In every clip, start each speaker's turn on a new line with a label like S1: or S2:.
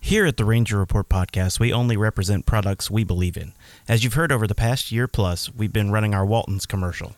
S1: Here at the Ranger Report podcast, we only represent products we believe in. As you've heard over the past year plus, we've been running our Walton's commercial.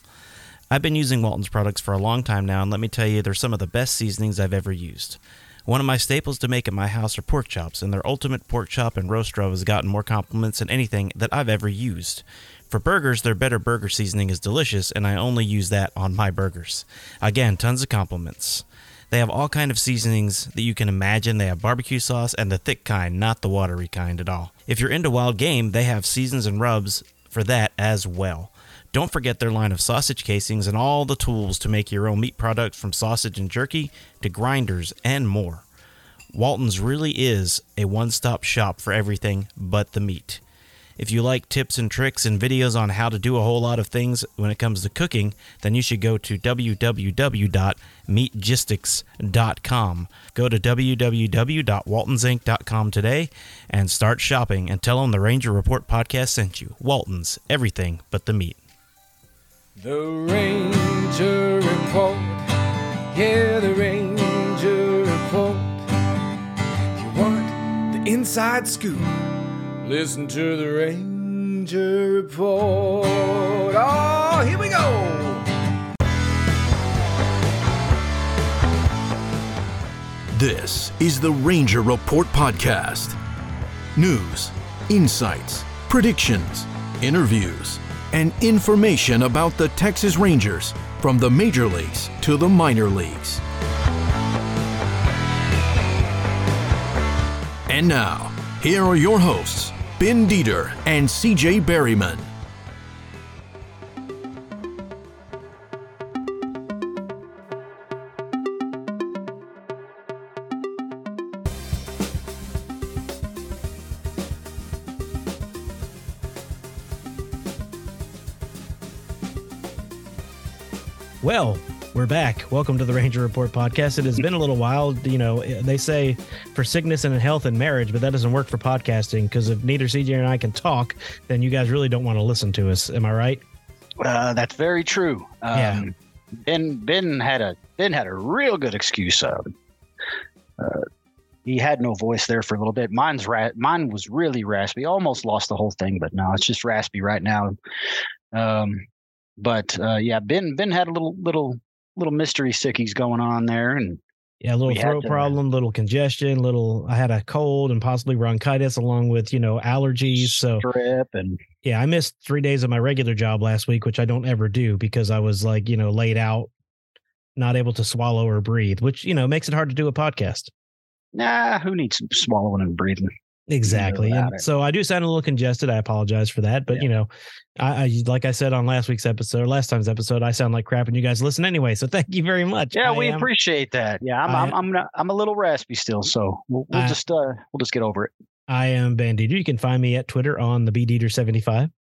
S1: I've been using Walton's products for a long time now, and let me tell you, they're some of the best seasonings I've ever used. One of my staples to make at my house are pork chops, and their ultimate pork chop and roast rub has gotten more compliments than anything that I've ever used. For burgers, their better burger seasoning is delicious, and I only use that on my burgers. Again, tons of compliments. They have all kind of seasonings that you can imagine. They have barbecue sauce and the thick kind, not the watery kind at all. If you're into wild game, they have seasons and rubs for that as well. Don't forget their line of sausage casings and all the tools to make your own meat products from sausage and jerky to grinders and more. Walton's really is a one stop shop for everything but the meat. If you like tips and tricks and videos on how to do a whole lot of things when it comes to cooking, then you should go to www.meatgistics.com. Go to www.waltonsinc.com today and start shopping and tell them the Ranger Report podcast sent you. Walton's, everything but the meat.
S2: The Ranger Report. Yeah, the Ranger Report. You want the inside scoop? Listen to the Ranger Report. Oh, here we go.
S3: This is the Ranger Report Podcast. News, insights, predictions, interviews, and information about the Texas Rangers from the major leagues to the minor leagues. And now, here are your hosts, Ben Dieter and CJ Berryman.
S1: Well, we're back. Welcome to the Ranger Report podcast. It has been a little while. You know, they say for sickness and in health and marriage, but that doesn't work for podcasting because if neither CJ and I can talk, then you guys really don't want to listen to us. Am I right?
S4: Uh, that's very true. Um,
S1: Yeah.
S4: Ben Ben had a Ben had a real good excuse. Uh, uh, he had no voice there for a little bit. Mine's ra- mine was really raspy. Almost lost the whole thing, but no, it's just raspy right now. Um, but uh, yeah, Ben Ben had a little little little mystery sickies going on there, and
S1: Yeah, a little
S4: We had
S1: throat
S4: to-
S1: problem, little congestion, little I had a cold and possibly bronchitis along with, you know, allergies. So
S4: strip and
S1: yeah, I missed three days of my regular job last week, which I don't ever do because I was like, you know, laid out, not able to swallow or breathe, which, you know, makes it hard to do a podcast.
S4: nah, who needs swallowing and breathing?
S1: Exactly.
S4: about
S1: And
S4: it.
S1: so I do sound a little congested. I apologize for that. But
S4: Yeah.
S1: you know, I, I like I said on last week's episode, last time's episode, I sound like crap and you guys listen anyway. So thank you very much.
S4: Yeah,
S1: I
S4: we
S1: am-
S4: appreciate that. Yeah, I'm
S1: I-
S4: I'm I'm, not, I'm a little raspy still, so we'll, we'll
S1: I-
S4: just uh we'll just get over it.
S1: I am Bandito. You can find me at Twitter on the BDeater75.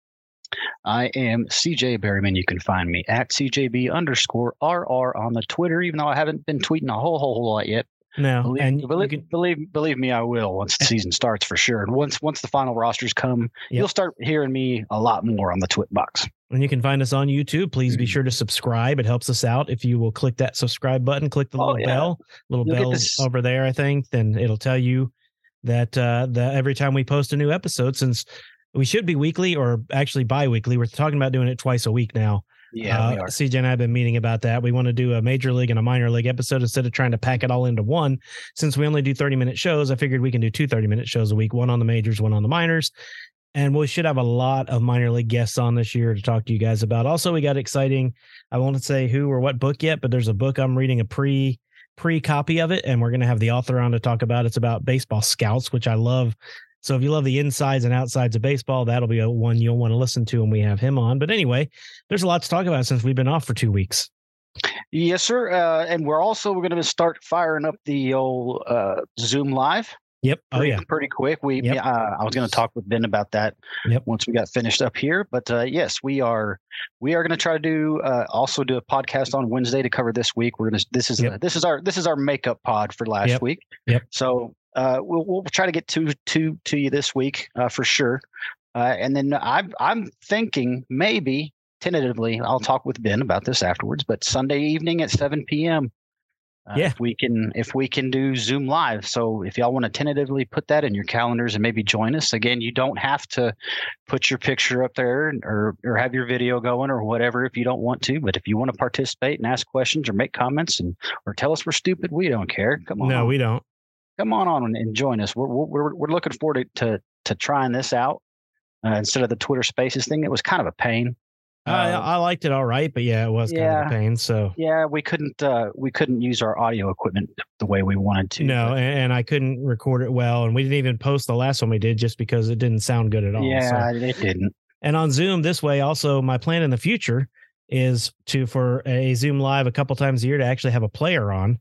S4: I am CJ Berryman. You can find me at CJB underscore RR on the Twitter, even though I haven't been tweeting a whole, whole, whole lot yet.
S1: No,
S4: Believe,
S1: Oh, and you
S4: believe,
S1: can-
S4: believe, believe me, I will once the season starts for sure. And once once the final rosters come, you'll start hearing me a lot more on the Twit box.
S1: And you can find us on YouTube. Please
S4: Hmm.
S1: be sure to subscribe. It helps us out. If you will click that subscribe button, click the
S4: Oh,
S1: little
S4: yeah.
S1: bell, little
S4: You'll get
S1: bell
S4: this-
S1: over there, I think, then it'll tell you that uh that every time we post a new episode, since we should be weekly or actually bi-weekly. We're talking about doing it twice a week now.
S4: Yeah, we
S1: Uh,
S4: are.
S1: CJ and I have been meeting about that. We want to do a major league and a minor league episode instead of trying to pack it all into one. Since we only do 30 minute shows, I figured we can do two 30 minute shows a week, one on the majors, one on the minors. And we should have a lot of minor league guests on this year to talk to you guys about. Also, we got exciting. I won't say who or what book yet, but there's a book I'm reading a pre pre copy of it, and we're gonna have the author on to talk about. It's about baseball scouts, which I love. So if you love the insides and outsides of baseball, that'll be a one you'll want to listen to when we have him on. But anyway, there's a lot to talk about since we've been off for two weeks.
S4: yes, sir. Uh, and we're also going to start firing up the old uh, Zoom live.
S1: Yep. Oh
S4: pretty,
S1: yeah.
S4: pretty quick. We
S1: Yep.
S4: yeah, uh, I was going to talk with Ben about that
S1: Yep.
S4: once we got finished up here, but uh, yes, we are we are going to try to do uh, also do a podcast on Wednesday to cover this week. We're going to this is
S1: Yep.
S4: uh, this is our this is our makeup pod for last
S1: Yep.
S4: week.
S1: Yep.
S4: So uh, we'll we'll try to get to to to you this week uh, for sure, uh, and then I'm I'm thinking maybe tentatively I'll talk with Ben about this afterwards, but Sunday evening at 7 p.m. Uh,
S5: Yeah.
S4: If we can, if we can do Zoom live, so if y'all want to tentatively put that in your calendars and maybe join us again, you don't have to put your picture up there and- or or have your video going or whatever if you don't want to. But if you want to participate and ask questions or make comments and or tell us we're stupid, we don't care. Come on,
S1: No, we don't.
S4: come on on and join us. We're we're we're- we're looking forward to to, to trying this out uh, instead of the Twitter Spaces thing. It was kind of a pain.
S1: I, I liked it all right, but yeah, it was kind of
S4: Uh, yeah.
S1: a pain. So
S4: Yeah, we couldn't uh, we couldn't use our audio equipment the way we wanted to.
S1: no, and, and I couldn't record it well, and we didn't even post the last one we did just because it didn't sound good at
S4: but-
S1: all. so.
S4: yeah, it didn't.
S1: And on Zoom, this way, also, my plan in the future is to for a Zoom live a couple times a year to actually have a player on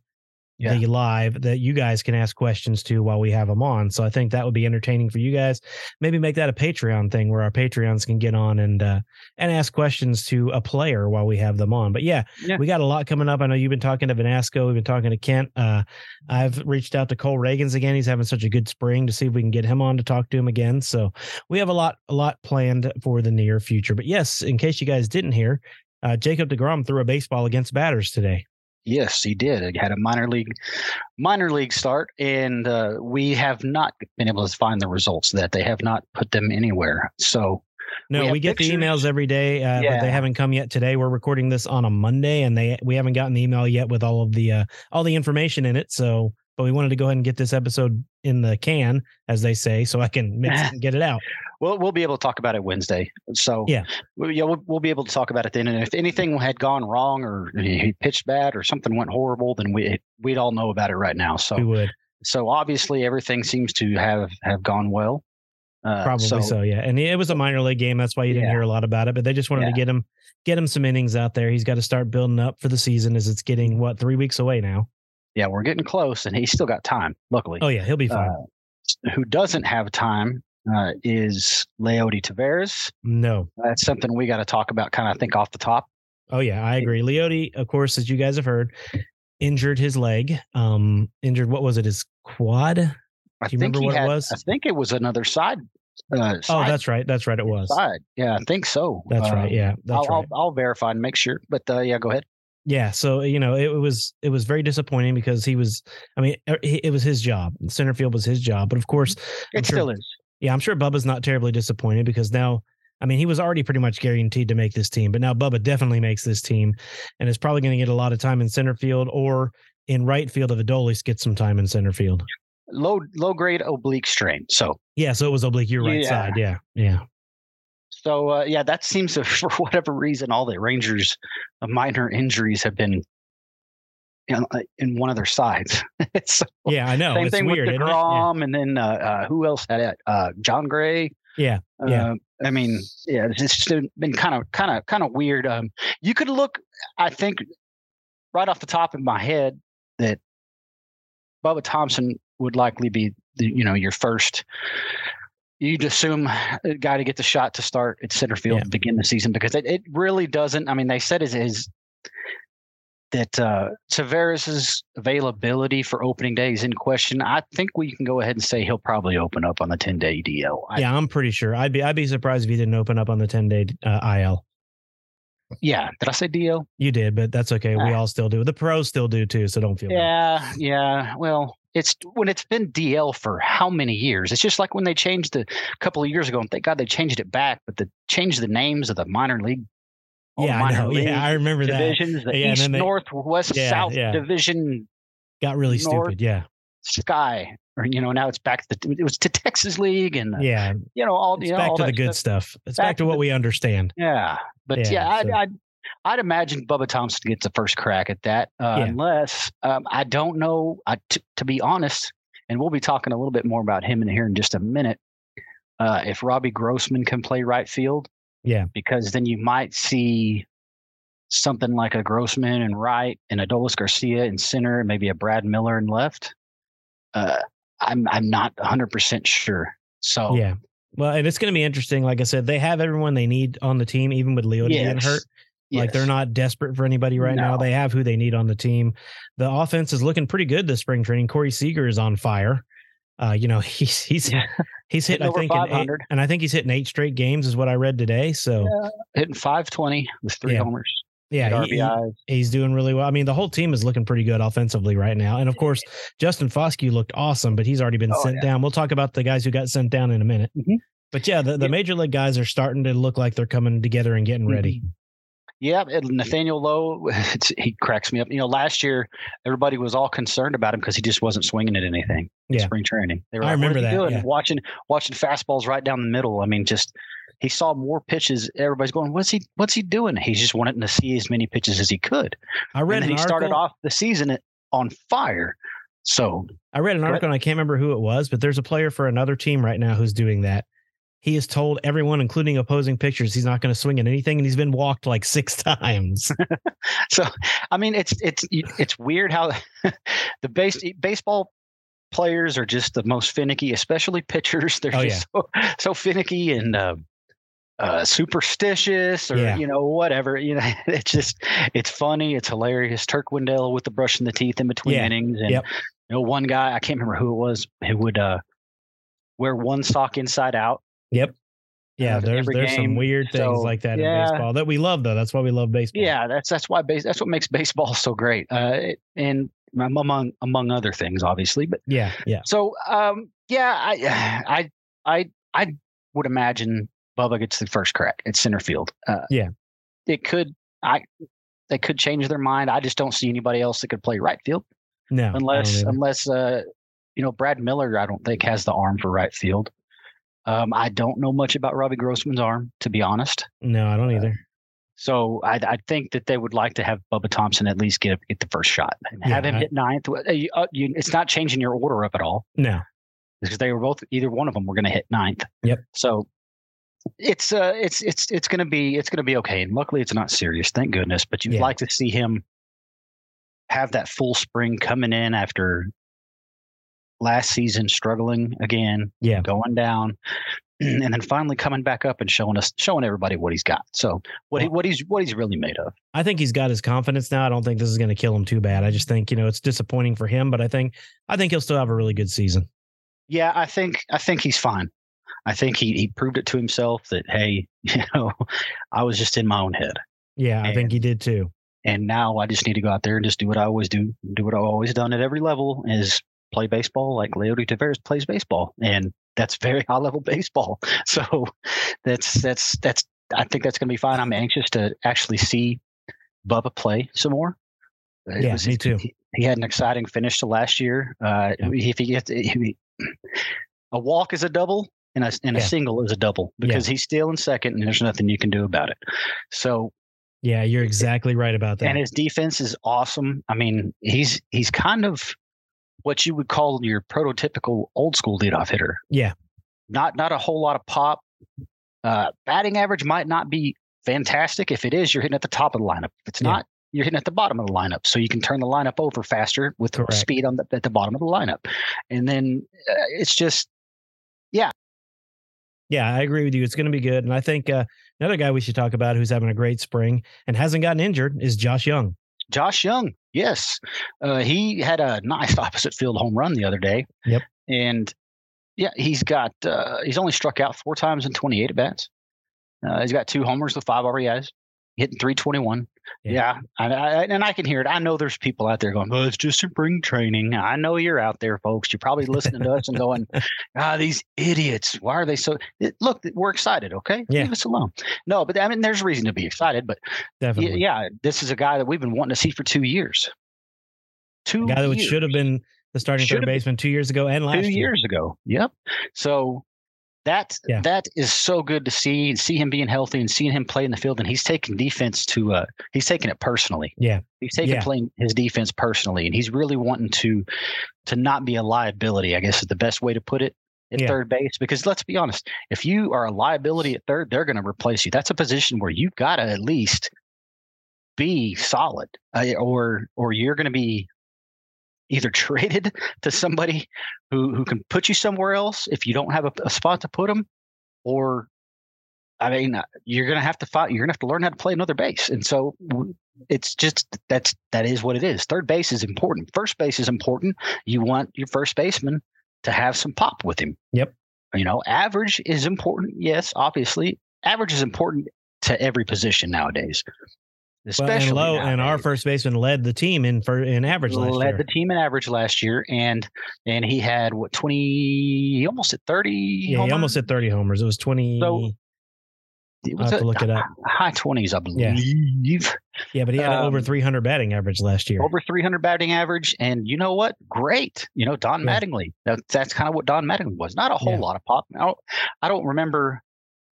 S4: Yeah.
S1: the live that you guys can ask questions to while we have them on. So I think that would be entertaining for you guys. Maybe make that a Patreon thing where our Patreons can get on and uh, and ask questions to a player while we have them on. But yeah,
S4: Yeah.
S1: we got a lot coming up. I know you've been talking to Vanasco, we've been talking to Kent. Uh, I've reached out to Cole Reagans again. He's having such a good spring to see if we can get him on to talk to him again. So we have a lot a lot planned for the near future. But yes, in case you guys didn't hear, uh, Jacob Degrom threw a baseball against batters today.
S4: Yes, he did. It had a minor league minor league start, and uh, we have not been able to find the results of that they have not put them anywhere. So
S1: No,
S4: We
S1: we,
S4: have
S1: get the
S4: pictures.
S1: emails every day, uh, but
S4: Yeah.
S1: they haven't come yet today. We're recording this on a Monday, and they we haven't gotten the email yet with all of the uh, all the information in it. So, but we wanted to go ahead and get this episode in the can, as they say, so I can mix it and get it out.
S4: We'll we'll be able to talk about it Wednesday. So
S1: Yeah.
S4: we, yeah, we'll, we'll be able to talk about it then. And if anything had gone wrong or he pitched bad or something went horrible, then we we'd all know about it right now. So
S1: We would
S4: so obviously everything seems to have have gone well. Uh,
S1: probably so, yeah. And it was a minor league game, that's why you didn't
S4: Yeah.
S1: hear a lot about it. But they just wanted to
S4: Yeah.
S1: get him get him some innings out there. He's got to start building up for the season as it's
S4: Mm-hmm.
S1: getting what three weeks away now.
S4: Yeah, we're getting close, and he's still got time. Luckily,
S1: Oh yeah, he'll be fine.
S4: Uh, who doesn't have time uh, is Leody Taveras.
S1: no.
S4: That's something we got to talk about, kind of think off the top.
S1: Oh yeah, I agree. Leote, of course, as you guys have heard, injured his leg. Um, injured what was it? His quad. Oh,
S4: I
S1: Do you remember
S4: he
S1: what it
S4: had-
S1: was?
S4: I think it was another side. Uh,
S1: Oh,
S4: side
S1: that's right. That's right. It was.
S4: side. Yeah, I think so.
S1: That's
S4: Um,
S1: right. Yeah, that's
S4: I'll,
S1: right.
S4: I'll, I'll verify and make sure. But uh, yeah, go ahead.
S1: Yeah. So you know, it, was it was very disappointing because he was. I mean, er, he- it was his job. Center field was his job, but of course, I'm
S4: It
S1: sure-
S4: still is.
S1: Yeah, I'm sure Bubba's not terribly disappointed because now, I mean, he was already pretty much guaranteed to make this team, but now Bubba definitely makes this team and is probably going to get a lot of time in center field or in right field if Adolis gets some time in center field.
S4: Low low grade oblique strain. So
S1: Yeah, so it was oblique, your right
S4: Yeah.
S1: side. Yeah, yeah.
S4: so uh, yeah, that seems to for whatever reason all the Rangers uh, minor injuries have been in, uh, in one of their sides. so,
S1: Yeah, I know.
S4: same
S1: Oh, it's
S4: thing
S1: weird.
S4: with
S1: isn't it? Yeah.
S4: Degrom, and then uh, uh, who else had it? Uh, John Gray.
S1: Yeah, yeah.
S4: Uh, I mean, yeah, it's just been kind of, kind of, kind of weird. Um, you could look, I think, right off the top of my head, that Bubba Thompson would likely be, the, you know, your first. You'd assume a guy to get the shot to start at center field
S1: Yeah.
S4: to begin the season because it, it really doesn't. I mean, they said his, his that uh, Tavares's availability for opening day is in question. I think we can go ahead and say he'll probably open up on the 10 day DL. I,
S1: Yeah, I'm pretty sure. I'd be I'd be surprised if he didn't open up on the 10 day uh, IL.
S4: yeah. Did I say DL?
S1: You did, but that's okay. We
S4: Ah.
S1: all still do. The pros still do too, so don't feel bad.
S4: Yeah. Yeah. Well, it's when it's been DL for how many years? It's just like when they changed the a couple of years ago, and thank God they changed it back, but they changed the names of the minor league. all
S1: Yeah, I
S4: minor
S1: know. Yeah, I remember that.
S4: divisions, the
S1: Yeah, and
S4: East,
S1: then they-
S4: North, West,
S1: Yeah,
S4: South
S1: yeah.
S4: division
S1: Got really
S4: North-
S1: stupid. Yeah.
S4: sky. Or, you know, now it's back to the, it was to Texas League and,
S1: Yeah.
S4: you know, uh, all,
S1: It's
S4: you know,
S1: back
S4: all
S1: to the
S4: that
S1: good
S4: stuff.
S1: stuff. It's back,
S4: Back
S1: to
S4: to
S1: what
S4: the-
S1: we understand.
S4: Yeah, but
S1: Yeah,
S4: yeah, I'd,
S1: so-
S4: I'd I'd imagine Bubba Thompson gets the first crack at that, uh,
S1: Yeah.
S4: unless um, I don't know. I, t- to be honest, and we'll be talking a little bit more about him in here in just a minute. Uh, if Robbie Grossman can play right field,
S1: Yeah.
S4: because then you might see something like a Grossman and right, and Adolis Garcia in center, and maybe a Brad Miller in left. Uh, I'm I'm not 100 percent sure. So
S1: Yeah. Well, and it's going to be interesting. Like I said, they have everyone they need on the team, even with Leo being
S4: Yes,
S1: hurt. Like they're
S4: yes.
S1: not desperate for anybody right now.
S4: No.
S1: They have who they need on the team. The offense is looking pretty good this spring training. Corey Seager is on fire. Uh, you know, he's he's
S4: Yeah.
S1: he's hit
S4: Hitting
S1: I
S4: over
S1: think an eight-
S4: 500.
S1: and I think he's hitting eight straight games is what I read today. So
S4: hitting 520 with three
S1: Yeah.
S4: homers.
S1: Yeah, he- he-
S4: RBIs.
S1: he's doing really well. I mean, the whole team is looking pretty good offensively right now. And of course, Justin Foskey looked awesome, but he's already been
S4: Oh,
S1: sent
S4: yeah.
S1: down. We'll talk about the guys who got sent down in a minute.
S4: Mhm.
S1: But yeah, the, the
S4: Yeah.
S1: major league guys are starting to look like they're coming together and getting ready.
S4: Mm-hmm. Yeah, and Nathaniel Lowe, it's, he cracks me up. You know, last year everybody was all concerned about him because he just wasn't swinging at anything. in
S1: Yeah.
S4: spring training. They
S1: I
S4: "What
S1: remember
S4: is he
S1: that,
S4: doing?"
S1: yeah.
S4: Watching watching fastballs right down the middle. I mean, just he saw more pitches. Everybody's going, "What's he? What's he doing?" He just wanted to see as many pitches as he could.
S1: I read
S4: Mm-hmm. and
S1: an
S4: then he started
S1: article-
S4: off the season at- on fire. So
S1: I read an
S4: Go
S1: article and I can't remember who it was, but there's a player for another team right now who's doing that. He has told everyone, including opposing pitchers, he's not going to swing at anything, and he's been walked like six times.
S4: So, I mean, it's it's it's weird how the base baseball players are just the most finicky, especially pitchers. They're
S1: Oh,
S4: just so, so finicky and uh, uh, superstitious, or
S1: Yeah.
S4: you know, whatever. You know, it's just it's funny, it's hilarious. Turk Wendell with the brush in the teeth in between
S1: Yeah.
S4: innings, and
S1: Yep.
S4: you know, one guy I can't remember who it was who would uh, wear one sock inside out.
S1: yeah,
S4: Uh,
S1: there's
S4: every
S1: there's some
S4: game.
S1: weird things
S4: So,
S1: like that
S4: yeah.
S1: in baseball that we love though. That's why we love baseball.
S4: Yeah, that's that's why base, that's what makes baseball so great, uh, it- and among among other things, obviously, but.
S1: yeah, yeah.
S4: So um, yeah, I I I I would imagine Bubba gets the first crack at center field. Uh,
S1: Yeah.
S4: it could I they could change their mind. I just don't see anybody else that could play right field
S1: No, I don't
S4: unless
S1: either.
S4: unless uh, you know Brad Miller. I don't think has the arm for right field. Um, I don't know much about Robbie Grossman's arm, to be honest.
S1: no, I
S4: Uh,
S1: don't either.
S4: So I, I think that they would like to have Bubba Thompson at least get get the first shot and have
S1: Yeah,
S4: him
S1: I-
S4: hit ninth. Uh, you- uh, you- It's not changing your order up at all
S1: No,
S4: because they were both either one of them were going to hit ninth.
S1: Yep.
S4: So it's uh it's it's it's going to be it's going to be okay. And luckily, it's not serious. Thank goodness. But you'd
S1: Yeah.
S4: like to see him have that full spring coming in after last season struggling again,
S1: Yeah.
S4: going down. And then finally coming back up and showing us, showing everybody what he's got. So what he, what he's what he's really made of.
S1: I think he's got his confidence now. I don't think this is going to kill him too bad. I just think you know it's disappointing for him, but I think I think he'll still have a really good season.
S4: Yeah, I think I think he's fine. I think he he proved it to himself that hey, you know, I was just in my own head.
S1: Yeah, I think he did too.
S4: and now I just need to go out there and just do what I always do, do what I've always done at every level is play baseball like Leody Taveras plays baseball, and that's very high level baseball. So that's that's that's I think that's going to be fine. I'm anxious to actually see Bubba play some more. Uh, It
S1: Yeah, me too.
S4: He, he had an exciting finish to last year. Uh,
S1: Yeah.
S4: If he gets if he- a walk is a double. And a, and a
S1: Yeah.
S4: single is a double
S1: Yeah.
S4: because he's still in second and there's nothing you can do about it. So
S1: Yeah, you're exactly right about that.
S4: and his defense is awesome. I mean, he's he's kind of what you would call your prototypical old school leadoff hitter.
S1: Yeah.
S4: Not not a whole lot of pop. Uh, batting average might not be fantastic. If it is, you're hitting at the top of the lineup. If it's
S1: Yeah.
S4: not, you're hitting at the bottom of the lineup. So you can turn the lineup over faster with
S1: Correct.
S4: speed on the, at the bottom of the lineup. And then uh, it's just
S1: Yeah, I agree with you. It's going to be good. And I think uh, another guy we should talk about who's having a great spring and hasn't gotten injured is Josh Young.
S4: Josh Young. Yes. Uh, he had a nice opposite field home run the other day.
S1: Yep.
S4: And yeah, he's got, uh, he's only struck out four times in 28 at bats. Uh, he's got two homers with five RBIs, hitting 321.
S1: Yeah.
S4: Yeah. I, I, and I can hear it. I know there's people out there going, well, it's just spring training. I know you're out there, folks. You're probably listening to us and going, ah, these idiots. Why are they so? It, look, we're excited. Okay.
S1: Yeah.
S4: Leave us alone. No, but I mean, there's reason to be excited, but Y-
S1: Definitely.
S4: Yeah, this is a guy that we've been wanting to see for two years. Two
S1: A guy that
S4: years.
S1: should have been the starting
S4: Should
S1: third
S4: have been-
S1: baseman two years ago and last
S4: two
S1: year.
S4: years ago. Yep. So that
S1: Yeah.
S4: that is so good to see and see him being healthy and seeing him play in the field and he's taking defense to uh he's taking it personally.
S1: Yeah.
S4: He's taking
S1: Yeah.
S4: playing his defense personally and he's really wanting to to not be a liability, I guess is the best way to put it. At
S1: Yeah.
S4: third base, because let's be honest, if you are a liability at third, they're going to replace you. That's a position where you've got to at least be solid, uh, or or you're going to be either traded to somebody who who can put you somewhere else if you don't have a, a spot to put them, or I mean, uh, you're going to have to fight. You're going to have to learn how to play another base, and so w-
S1: Mm-hmm.
S4: it's just that's that is what it is. Third base is important. First base is important. You want your first baseman to have some pop with him.
S1: Yep.
S4: You know, average is important. Yes, obviously, average is important to every position nowadays. especially
S1: well, and Lowe
S4: now.
S1: and our first baseman led the team in for in average last
S4: led
S1: year.
S4: the team in average last year, and and he had what twenty, he almost at thirty.
S1: yeah, he almost hit 30 homers. It was 20.
S4: So- It
S1: I'll
S4: was
S1: have to
S4: a
S1: look it up.
S4: High twenties, I believe.
S1: Yeah, but he had over
S4: um, oh,
S1: 300 batting average last year.
S4: Over three hundred batting average, and you know what? Great. You know Don
S1: Yeah.
S4: Mattingly. That, that's kind of what Don Mattingly was. Not a whole
S1: Yeah.
S4: lot of pop. I don't, I don't remember.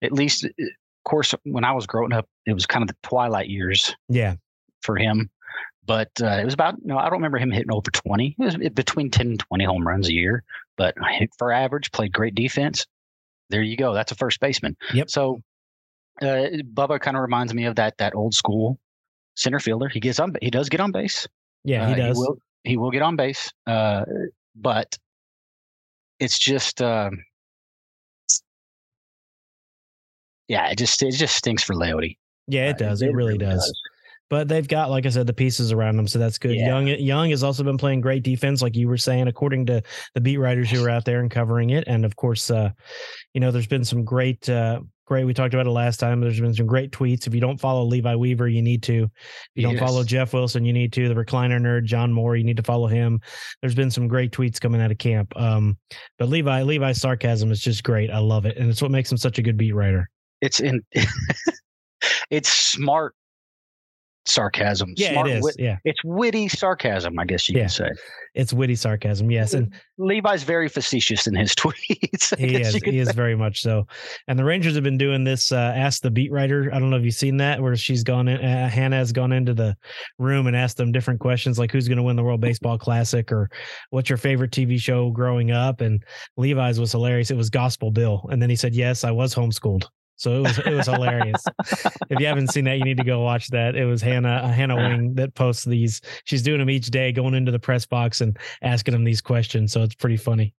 S4: At least, uh, of course, when I was growing up, it was kind of the twilight years
S1: Yeah.
S4: for him. But uh, it was about no, I don't remember him hitting over twenty. It was between ten and twenty home runs a year. But hit for average, played great defense. There you go. That's a first baseman.
S1: Yep.
S4: So uh, Bubba kind of reminds me of that that old school center fielder. He gets on. He does get on base.
S1: Yeah, he
S4: Uh,
S1: does.
S4: He will, he will get on base, uh, but it's just, um, yeah, it just it just stinks for Leote. Uh,
S1: yeah, it does. It, really does.
S4: does.
S1: But they've got, like I said, the pieces around them, so that's good.
S4: Yeah.
S1: Young Young has also been playing great defense, like you were saying, according to the beat writers who were out there and covering it. And of course, uh, you know, there's been some great, uh, great. We talked about it last time. There's been some great tweets. If you don't follow Levi Weaver, you need to. If you don't
S4: Yes.
S1: follow Jeff Wilson, you need to. The recliner nerd John Moore, you need to follow him. There's been some great tweets coming out of camp. Um, but Levi, Levi's sarcasm is just great. I love it, and it's what makes him such a good beat writer.
S4: It's in, it's smart sarcasm.
S1: Yeah,
S4: smart
S1: it is.
S4: wit-
S1: yeah,
S4: it's witty sarcasm, I guess you
S1: Yeah.
S4: could say.
S1: it's witty sarcasm. Yes, and
S4: Levi's very facetious in his tweets. I
S1: he
S4: guess
S1: is
S4: you could
S1: he is very much so and the rangers have been doing this uh ask the beat writer i don't know if you've seen that where she's gone in uh, hannah has gone into the room and asked them different questions like who's going to win the world baseball classic or what's your favorite tv show growing up and levi's was hilarious it was gospel bill and then he said yes i was homeschooled so it was it was hilarious. if you haven't seen that, you need to go watch that. It was Hannah uh, Hannah Wing that posts these. She's doing them each day, going into the press box and asking them these questions. So it's pretty funny.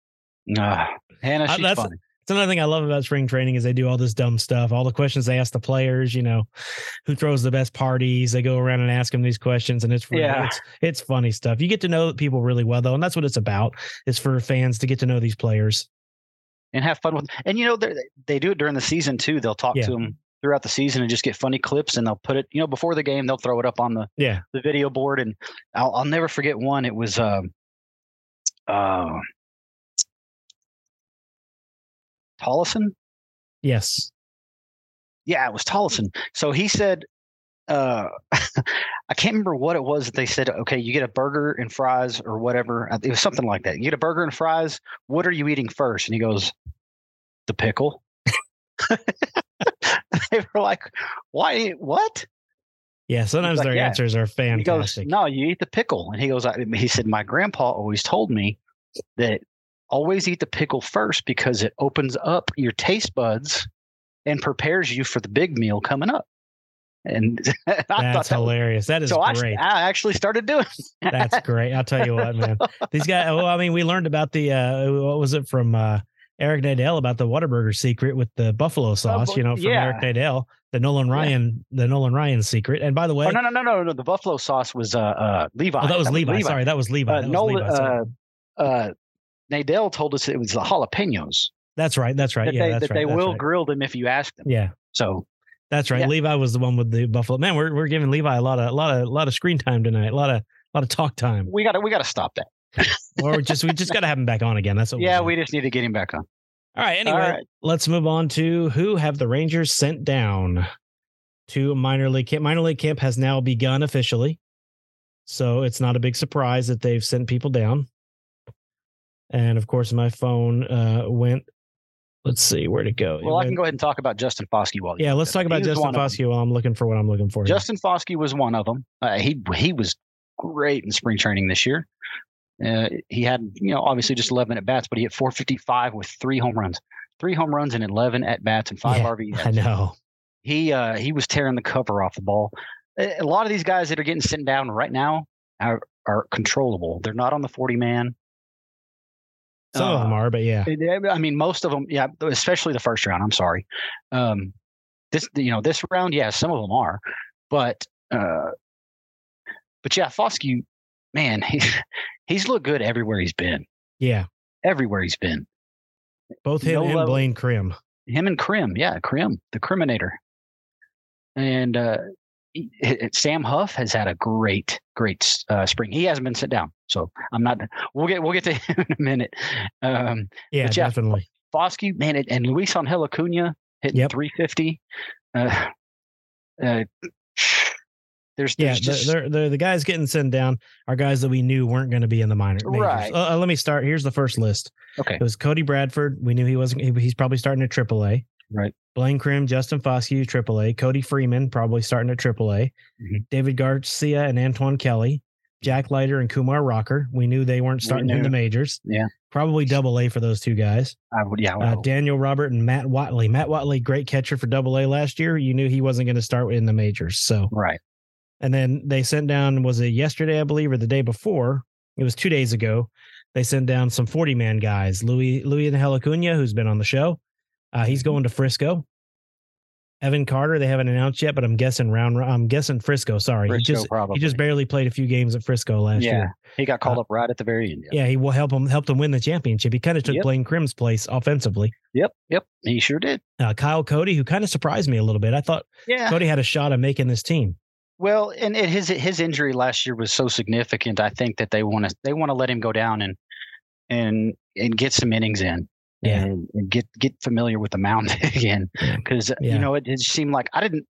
S4: Ah, Hannah,
S1: Uh,
S4: she's
S1: that's-
S4: funny.
S1: It's another thing I love about spring training is they do all this dumb stuff. All the questions they ask the players, you know, who throws the best parties. They go around and ask them these questions, and it's really,
S4: Yeah.
S1: it's it's funny stuff. You get to know people really well though, and that's what it's about. Is for fans to get to know these players.
S4: and have fun with. And you know, they they do it during the season too. They'll talk
S1: Yeah.
S4: to them throughout the season and just get funny clips, and they'll put it. You know, before the game, they'll throw it up on the
S1: Yeah.
S4: the video board, and I'll I'll never forget one. It was um, uh, Tollison.
S1: Yes.
S4: Yeah, it was Tollison. So he said, uh, I can't remember what it was that they said. Okay, you get a burger and fries or whatever. uh, It was something like that. You get a burger and fries. What are you eating first? And he goes, the pickle. they were like, why? What?
S1: Yeah. Sometimes
S4: like,
S1: their
S4: yeah.
S1: answers are
S4: He goes,
S1: fantastic.
S4: no, you eat the pickle. And he goes, I, he said, my grandpa always told me that always eat the pickle first because it opens up your taste buds and prepares you for the big meal coming up. And I thought
S1: that's
S4: that was-
S1: hilarious. That is
S4: so I,
S1: great.
S4: I actually started doing. that.
S1: That's great. I'll tell you what, man. These guys. Well, I mean, we learned about the uh, what was it from uh, Eric Nadell about the Whataburger secret with the buffalo sauce. You know, from
S4: yeah.
S1: Eric Nadell, the Nolan Ryan, the Nolan Ryan secret. And by the way,
S4: oh no no no no no! The buffalo sauce was uh, uh Levi.
S1: oh, that was Levi. Sorry, that was Levi.
S4: Uh,
S1: that was
S4: Nolan,
S1: Levi. Sorry.
S4: uh, uh, Nadell told us it was the jalapenos
S1: that's right. That's right.
S4: that
S1: yeah,
S4: they
S1: that's
S4: that
S1: right.
S4: they
S1: that's
S4: will
S1: right.
S4: grill them if you ask them.
S1: Yeah,
S4: So
S1: that's right.
S4: Yeah.
S1: Levi was the one with the buffalo. Man, we're we're giving Levi a lot of a lot of a lot of screen time tonight. A lot of a lot of talk time.
S4: we got to we got to stop that.
S1: or just we just got to have him back on again. That's what. we'll
S4: Yeah,
S1: do.
S4: we just need to get him back on.
S1: All right. Anyway,
S4: All right.
S1: let's move on to who have the Rangers sent down to minor league camp. Minor league camp has now begun officially, so it's not a big surprise that they've sent people down. And of course, my phone uh, went. Let's see where to go. It
S4: Well, I can
S1: went-
S4: go ahead and talk about Justin Foskey while you
S1: Yeah,
S4: do
S1: let's
S4: that.
S1: talk about
S4: He was
S1: Justin
S4: one of them.
S1: Foskey while I'm looking for what I'm looking for. here.
S4: Justin Foskey was one of them. Uh, he he was great in spring training this year. Uh, he had you know obviously just 11 at bats, but he hit 455 with three home runs, three home runs and 11 at bats and five
S1: Yeah,
S4: RBIs.
S1: I know.
S4: He uh, he was tearing the cover off the ball. A a lot of these guys that are getting sent down right now are are controllable. They're not on the 40 man.
S1: Some of
S4: Uh,
S1: them are, but yeah,
S4: Uh, yeah, I mean, most of them, yeah, especially the first round. I'm sorry. Um, this, you know, this round, yeah, some of them are, but, uh, but yeah, Foskey, man, he, he's looked good everywhere he's been.
S1: yeah.
S4: Everywhere he's been.
S1: Both him
S4: no
S1: and
S4: level-
S1: Blaine Krim.
S4: Him and Krim, yeah, Krim, the criminator, and uh, Sam Huff has had a great, great uh, spring. He hasn't been sent down, so I'm not. We'll get we'll get to him in a minute. Um,
S1: Yeah,
S4: But yeah,
S1: definitely.
S4: Foskey, man, and- and Luis Angel Acuna hitting
S1: Yep.
S4: 350. Uh, uh, there's, there's
S1: Yeah, the,
S4: just
S1: they're, they're, the guys getting sent down are guys that we knew weren't going to be in the minor. majors.
S4: Right.
S1: Uh, uh, let me start. Here's the first list.
S4: okay,
S1: It was Cody Bradford. We knew he wasn't. he- He's probably starting at AAA.
S4: Right.
S1: Blaine Krim, Justin Foskey, AAA. Cody Freeman, probably starting at AAA.
S4: Mhm.
S1: David Garcia and Antoine Kelly. Jack Leiter and Kumar Rocker. We knew they weren't
S4: We
S1: starting in
S4: knew.
S1: the majors.
S4: Yeah.
S1: Probably double A for those two guys.
S4: I would, yeah, I would
S1: Uh,
S4: hope.
S1: Daniel Robert and Matt Watley. Matt Watley, great catcher for double A last year. You knew he wasn't going to start in the majors. So,
S4: right,
S1: and then they sent down, was it yesterday, I believe, or the day before? It was two days ago. They sent down some 40 man guys. Louis, Louis and Helicuna, who's been on the show. Uh, he's
S4: Mm-hmm.
S1: going to Frisco. Evan Carter, they haven't announced yet, but I'm guessing round, I'm guessing Frisco. Sorry.
S4: Briscoe
S1: he just,
S4: probably.
S1: he just barely played a few games at Frisco last
S4: Yeah.
S1: year.
S4: he got called up right at the very end.
S1: Yeah, he will help him help them win the championship. He kind of took
S4: Yep.
S1: Blaine Crim's place offensively.
S4: Yep, yep, he sure did.
S1: Uh, Kyle Cody, who kind of surprised me a little bit. I thought
S4: Yeah,
S1: Cody had a shot at making this team.
S4: well, and it, his his injury last year was so significant. I think that they want to they want to let him go down and and and get some innings in.
S1: Yeah.
S4: and, and get get familiar with the mound again because
S1: Yeah.
S4: you know it, it seemed like I didn't.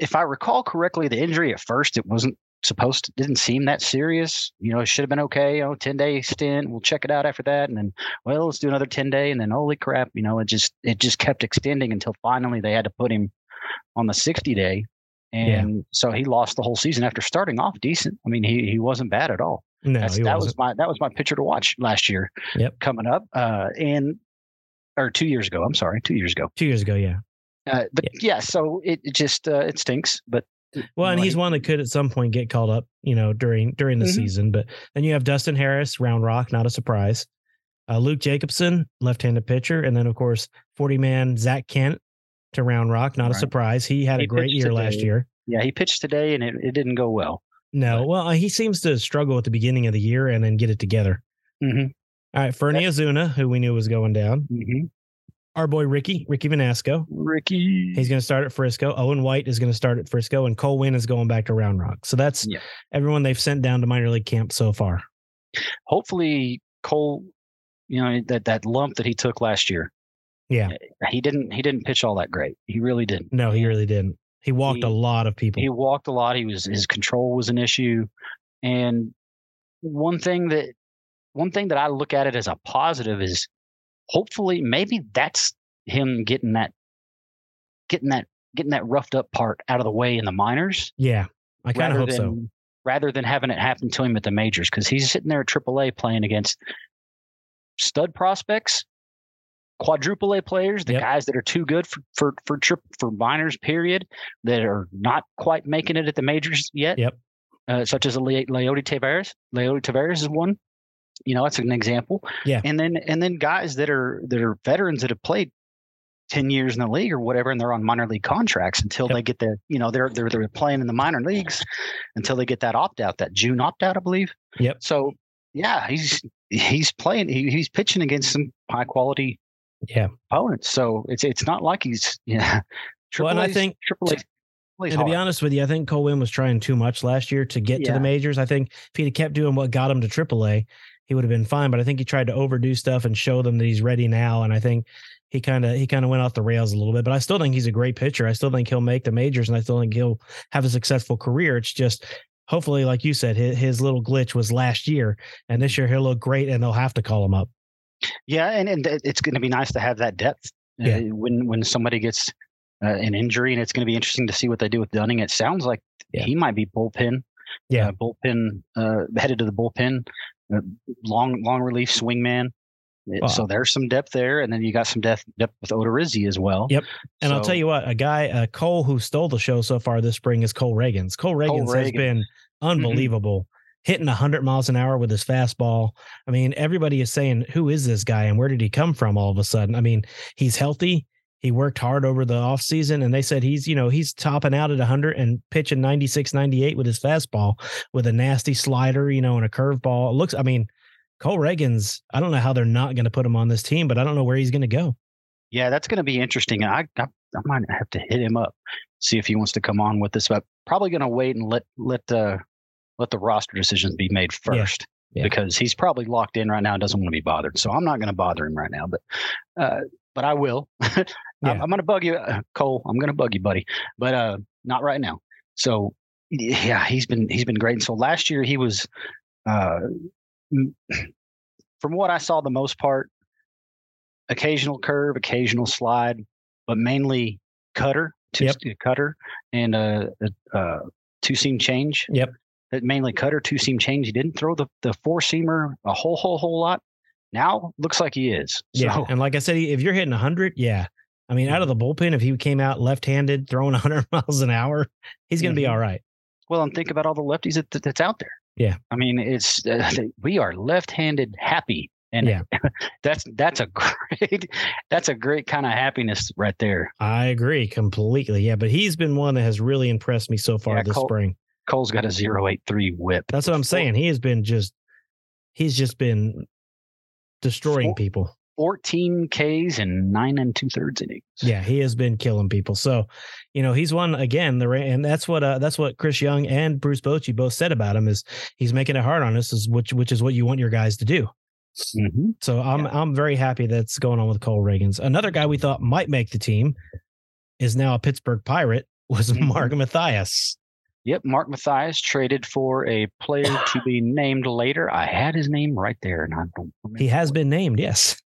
S4: If I recall correctly, the injury at first it wasn't supposed to didn't seem that serious. You know, it should have been okay. You know, ten day stint. We'll check it out after that, and then well, let's do another ten day, and then holy crap, you know, it just it just kept extending until finally they had to put him on the sixty day,
S1: Yeah.
S4: and so he lost the whole season after starting off decent. I mean, he he wasn't bad at all.
S1: No,
S4: That's,
S1: he
S4: that
S1: wasn't.
S4: was my that was my pitcher to watch last year.
S1: Yep.
S4: Coming up, uh, and or two years ago. I'm sorry, two years ago.
S1: two years ago. Yeah.
S4: Uh, but yeah, so it, it just uh, it stinks. But
S1: Well, and
S4: Right.
S1: he's one that could at some point get called up, you know, during during the
S4: Mhm.
S1: season. But then you have Dustin Harris, Round Rock, not a surprise. Uh, Luke Jacobson, left-handed pitcher, and then of course, forty-man Zach Kent to Round Rock, not a
S4: Right.
S1: surprise. He had a
S4: He
S1: great
S4: pitched
S1: year last
S4: today.
S1: year.
S4: yeah, he pitched today and it, it didn't go well.
S1: No,
S4: Right.
S1: well, uh, he seems to struggle at the beginning of the year and then get it together.
S4: Mm-hmm.
S1: All right, Fernie Azuna, who we knew was going down.
S4: Mm-hmm.
S1: Our boy Ricky, Ricky Venasco,
S4: Ricky.
S1: He's going to start at Frisco. Owen White is going to start at Frisco, and Cole Wynn is going back to Round Rock. So that's
S4: Yeah.
S1: everyone they've sent down to minor league camp so far.
S4: Hopefully, Cole. You know that that lump that he took last year. eh,
S1: Yeah. Mm-hmm.
S4: He didn't he didn't pitch all that great. He really didn't.
S1: No, he really didn't. He walked
S4: He-
S1: a lot of people.
S4: he walked a lot he was his control was an issue and one thing that one thing that i look at it as a positive is hopefully maybe that's him getting that getting that getting that roughed up part out of the way in the minors
S1: yeah, I kind of hope so.
S4: rather than having it happen to him at the majors because he's sitting there at aaa playing against stud prospects quadruple a players the
S1: Yep.
S4: guys that are too good for for for trip for minors period that are not quite making it at the majors yet
S1: Yep.
S4: uh, such as a Le- leody tavares leody tavares is one you know that's an example
S1: Yeah.
S4: and then and then guys that are that are veterans that have played 10 years in the league or whatever and they're on minor league contracts until
S1: Yep.
S4: they get the you know they're, they're they're playing in the minor leagues until they get that opt out that june opt out i believe
S1: Yep.
S4: so yeah he's he's playing he, he's pitching against some high quality
S1: Yeah.
S4: opponents so it's it's not like he's yeah
S1: Well, and I think-
S4: triple
S1: And to be honest with you, I think Cole Wynn was trying too much last year to get to
S4: Yeah.
S1: the majors. I think if he'd have kept doing what got him to AAA, he would have been fine. But I think he tried to overdo stuff and show them that he's ready now. And I think he kind of he kind of went off the rails a little bit. But I still think he's a great pitcher. I still think he'll make the majors, and I still think he'll have a successful career. It's just hopefully, like you said, his, his little glitch was last year, and this year he'll look great, and they'll have to call him up.
S4: Yeah, and and it- it's going to be nice to have that depth. uh,
S1: Yeah.
S4: when when somebody gets uh, an injury, and it's going to be interesting to see what they do with Dunning. It sounds like
S1: Yeah.
S4: he might be bullpen.
S1: Yeah.
S4: uh, bullpen uh, headed to the bullpen. Uh, long long relief swingman. Uh,
S1: Well,
S4: so there's some depth there, and then you got some depth depth with Odorizzi as well.
S1: Yep. And I'll
S4: So-
S1: tell you what, a guy, uh, Cole, who stole the show so far this spring is Cole Reagans. Cole Reagans has been
S4: Reagans. Mm-hmm.
S1: unbelievable, hitting 100 miles an hour with his fastball. I mean, everybody is saying, who is this guy and where did he come from all of a sudden? I mean, he's healthy. He worked hard over the offseason, and they said he's, you know, he's topping out at 100 and pitching 96, 98 with his fastball with a nasty slider, you know, and a curveball. It looks, I mean, Cole Reagans, I don't know how they're not going to put him on this team, but I don't know where he's going to go.
S4: Yeah, that's going to be interesting. I, I I might have to hit him up, see if he wants to come on with us. But I'm probably going to wait and let let uh, let the roster decisions be made first
S1: Yeah.
S4: because he's probably locked in right now and doesn't want to be bothered. So I'm not going to bother him right now, but uh, but I will. I'm-
S1: Yeah.
S4: I'm going to bug you, uh, Cole. I'm going to bug you, buddy, but uh, not right now. So yeah, he's been he's been great. And so last year he was, uh, m- from what I saw, the most part, occasional curve, occasional slide, but mainly cutter, two
S1: Yep.
S4: cutter, and uh, uh, uh, two seam change that mainly cutter two seam change. He didn't throw the, the four seamer a whole whole whole lot. Now looks like he is. So Mm-hmm.
S1: Yeah. And like I said, if you're hitting 100, yeah. I mean, out of the bullpen, if he came out left handed, throwing 100 miles an hour, he's going to be
S4: Mhm.
S1: all right.
S4: well, and think about all the lefties that, that- that's out there.
S1: Yeah.
S4: I mean, it's uh, we are left-handed happy, and
S1: Yeah.
S4: that's that's a great that's a great kind of happiness right there.
S1: I agree completely. Yeah. But he's been one that has really impressed me so far
S4: Yeah,
S1: this
S4: Col-
S1: spring.
S4: Cole's got a 083 whip.
S1: That's what I'm saying. He has been just, he's just been destroying
S4: Four-
S1: people.
S4: 14 Ks and nine and two thirds innings.
S1: Yeah, he has been killing people. So, you know, he's won again. The ra- and that's what uh, that's what Chris Young and Bruce Bochy both said about him is he's making it hard on us, is which which is what you want your guys to do.
S4: Mhm.
S1: So I'm I'm very happy that's going on with Cole Reagans. Another guy we thought might make the team is now a Pittsburgh Pirate was
S4: Mhm.
S1: Mark Matthias.
S4: Yep. Mark Matthias traded for a player to be named later. I had his name right there, and I don't. Remember
S1: He has been named, yes.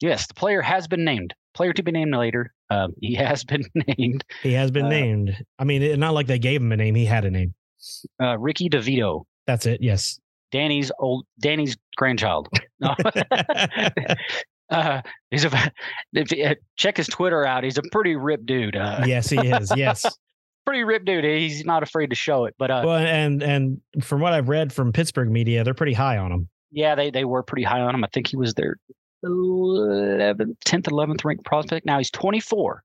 S4: Yes, the player has been named. Player to be named later. Um, he has been named
S1: He has been
S4: Uh,
S1: named. I mean, it, not like they gave him a name. He had a name.
S4: uh, Ricky DeVito,
S1: That's it. Yes.
S4: Danny's old Danny's grandchild. No. uh, he's a if you, uh, check his Twitter out. He's a pretty ripped dude. Uh,
S1: yes, he is. Yes.
S4: Pretty ripped dude. He's not afraid to show it. But uh,
S1: Well, and and from what I've read from Pittsburgh media, they're pretty high on him.
S4: yeah, they they were pretty high on him. I think he was their 11th, 10th, 11th ranked prospect. Now he's 24,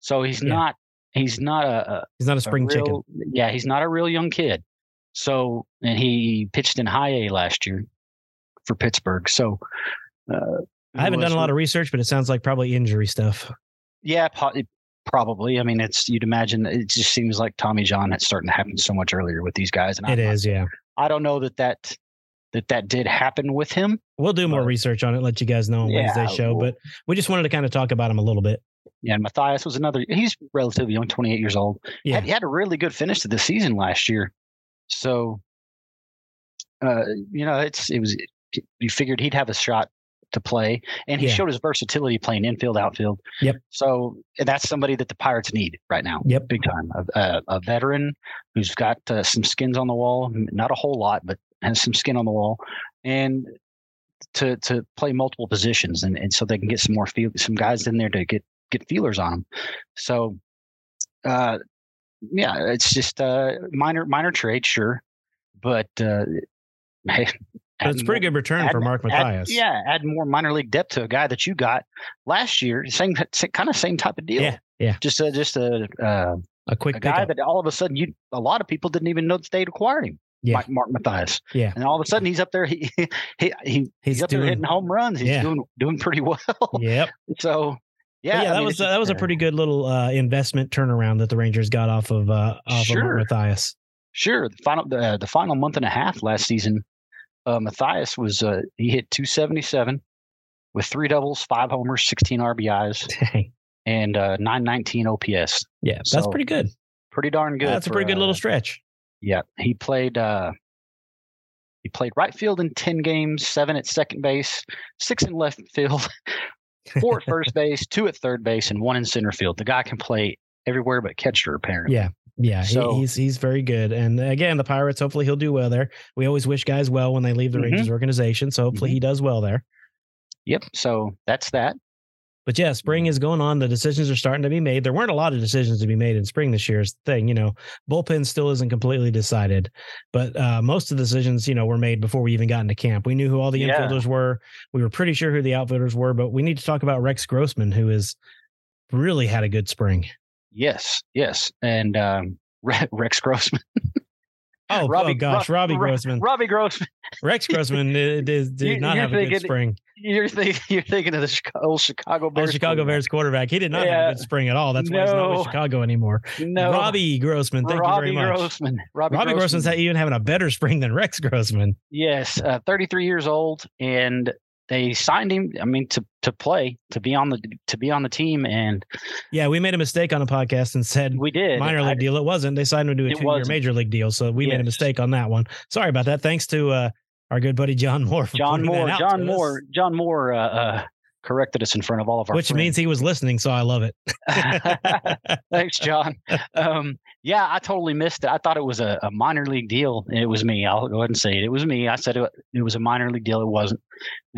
S4: so he's
S1: Yeah.
S4: not he's not a, a
S1: He's not a
S4: a
S1: spring chicken.
S4: real- Yeah, he's not a real young kid. So, and he pitched in high A last year for Pittsburgh. So, uh,
S1: I haven't done a lot of research, but it sounds like probably injury stuff.
S4: Yeah, po- probably. I mean, it's you'd imagine that it just seems like Tommy John. It's starting to happen so much earlier with these guys, and
S1: It
S4: I,
S1: is, yeah.
S4: I don't know that that that that did happen with him.
S1: We'll do more
S4: But-
S1: research on it, let you guys know on
S4: Yeah,
S1: Wednesday's show.
S4: we'll-
S1: But we just wanted to kind of talk about him a little bit.
S4: Yeah, and Matthias was another. He's relatively young, twenty eight years old.
S1: Yeah.
S4: Had, he had a really good finish to the season last year. So, uh, you know, it's it was you figured he'd have a shot to play, and he
S1: Yeah.
S4: showed his versatility playing infield, outfield.
S1: Yep.
S4: So that's somebody that the Pirates need right now.
S1: Yep.
S4: Big time. A, a, a veteran who's got uh, some skins on the wall, m- not a whole lot, but has some skin on the wall, and to to play multiple positions, and, and so they can get some more feel, some guys in there to get get feelers on them. So, uh, yeah, it's just uh, minor minor trade, sure, but uh, hey,
S1: But it's a pretty good return
S4: add-
S1: for Mark
S4: add-
S1: Matthias.
S4: yeah, add more minor league depth to a guy that you got last year. Same, same kind of same type of deal.
S1: Yeah, yeah.
S4: Just a, just a uh,
S1: A quick
S4: a guy
S1: pickup.
S4: that all of a sudden you a lot of people didn't even know that they'd acquired him.
S1: Yeah.
S4: Mike Mark Matthias.
S1: Yeah.
S4: And all of a sudden he's up there. He he, he he's,
S1: He's
S4: up there
S1: doing.
S4: hitting home runs. He's
S1: Yeah.
S4: doing doing pretty well.
S1: Yep.
S4: So
S1: Yeah,
S4: yeah,
S1: yeah,
S4: I
S1: that
S4: mean,
S1: was
S4: it's
S1: that was a
S4: uh,
S1: pretty good little uh, investment turnaround that the Rangers got off of uh, off of
S4: Sure.
S1: Mark Matthias.
S4: Sure. The final the, uh, the final month and a half last season, uh, Matthias was uh, he hit 277 with three doubles, five homers, 16 RBIs,
S1: Dang.
S4: and uh, 919 OPS.
S1: Yeah, that's
S4: So,
S1: pretty good.
S4: Pretty darn good.
S1: that's a
S4: for,
S1: pretty good little
S4: uh,
S1: stretch.
S4: yeah, he played. Uh, he played right field in ten games, seven at second base, six in left field, four at first base, two at third base, and one in center field. The guy can play everywhere but catcher, apparently.
S1: Yeah. Yeah, he-
S4: So-
S1: he's he's very good. And again, the Pirates. Hopefully, he'll do well there. We always wish guys well when they leave the
S4: Mhm.
S1: Rangers organization. So hopefully,
S4: Mhm.
S1: he does well there.
S4: Yep. So that's that.
S1: But yeah,
S4: Mm-hmm.
S1: spring is going on. The decisions are starting to be made. There weren't a lot of decisions to be made in spring this year's thing. You know, bullpen still isn't completely decided, but uh, most of the decisions, you know, were made before we even got into camp. We knew who all the
S4: Yeah.
S1: infielders were. We were pretty sure who the outfielders were, but we need to talk about Rex Grossman, who has really had a good spring.
S4: Yes. Yes. And um, Re- Rex Grossman,
S1: Oh,
S4: Robbie-
S1: oh gosh,
S4: Ro-
S1: Robbie
S4: Ro-
S1: Grossman.
S4: Robbie Grossman.
S1: Rex Grossman uh, did, did, did
S4: You-
S1: not
S4: you're
S1: have a good
S4: thinking-
S1: spring.
S4: You're thinking you're thinking of the Chicago, old Chicago
S1: Oh,
S4: Bears.
S1: Chicago Bears quarterback. He did not have
S4: Yeah.
S1: a good spring at all. That's why he's not
S4: No.
S1: with Chicago anymore.
S4: No,
S1: Robbie Grossman, thank
S4: Robbie
S1: you very much.
S4: Grossman. Robbie,
S1: Robbie Grossman's
S4: Grossman.
S1: had- even having a better spring than Rex Grossman.
S4: Yes, uh, 33 years old, and they signed him. I mean, to to play, to be on the to be on the team, and
S1: Yeah, we made a mistake on a podcast and said
S4: we did.
S1: minor league
S4: I-
S1: deal. It wasn't. They signed him to a
S4: It
S1: two-year
S4: wasn't.
S1: major league deal, so we made a
S4: Yes.
S1: mistake on that one. Sorry about that. Thanks to uh, our good buddy John Moore. For
S4: John
S1: pointing that
S4: Moore.
S1: out
S4: John
S1: to
S4: Moore.
S1: us,
S4: John Moore uh, uh, corrected us in front of all of our.
S1: which means he was listening. So I love it.
S4: means. Thanks, John. Um, yeah, I totally missed it. I thought it was a, a minor league deal. and It was me. I'll go ahead and say it. It was me. I said it, it was a minor league deal. It wasn't.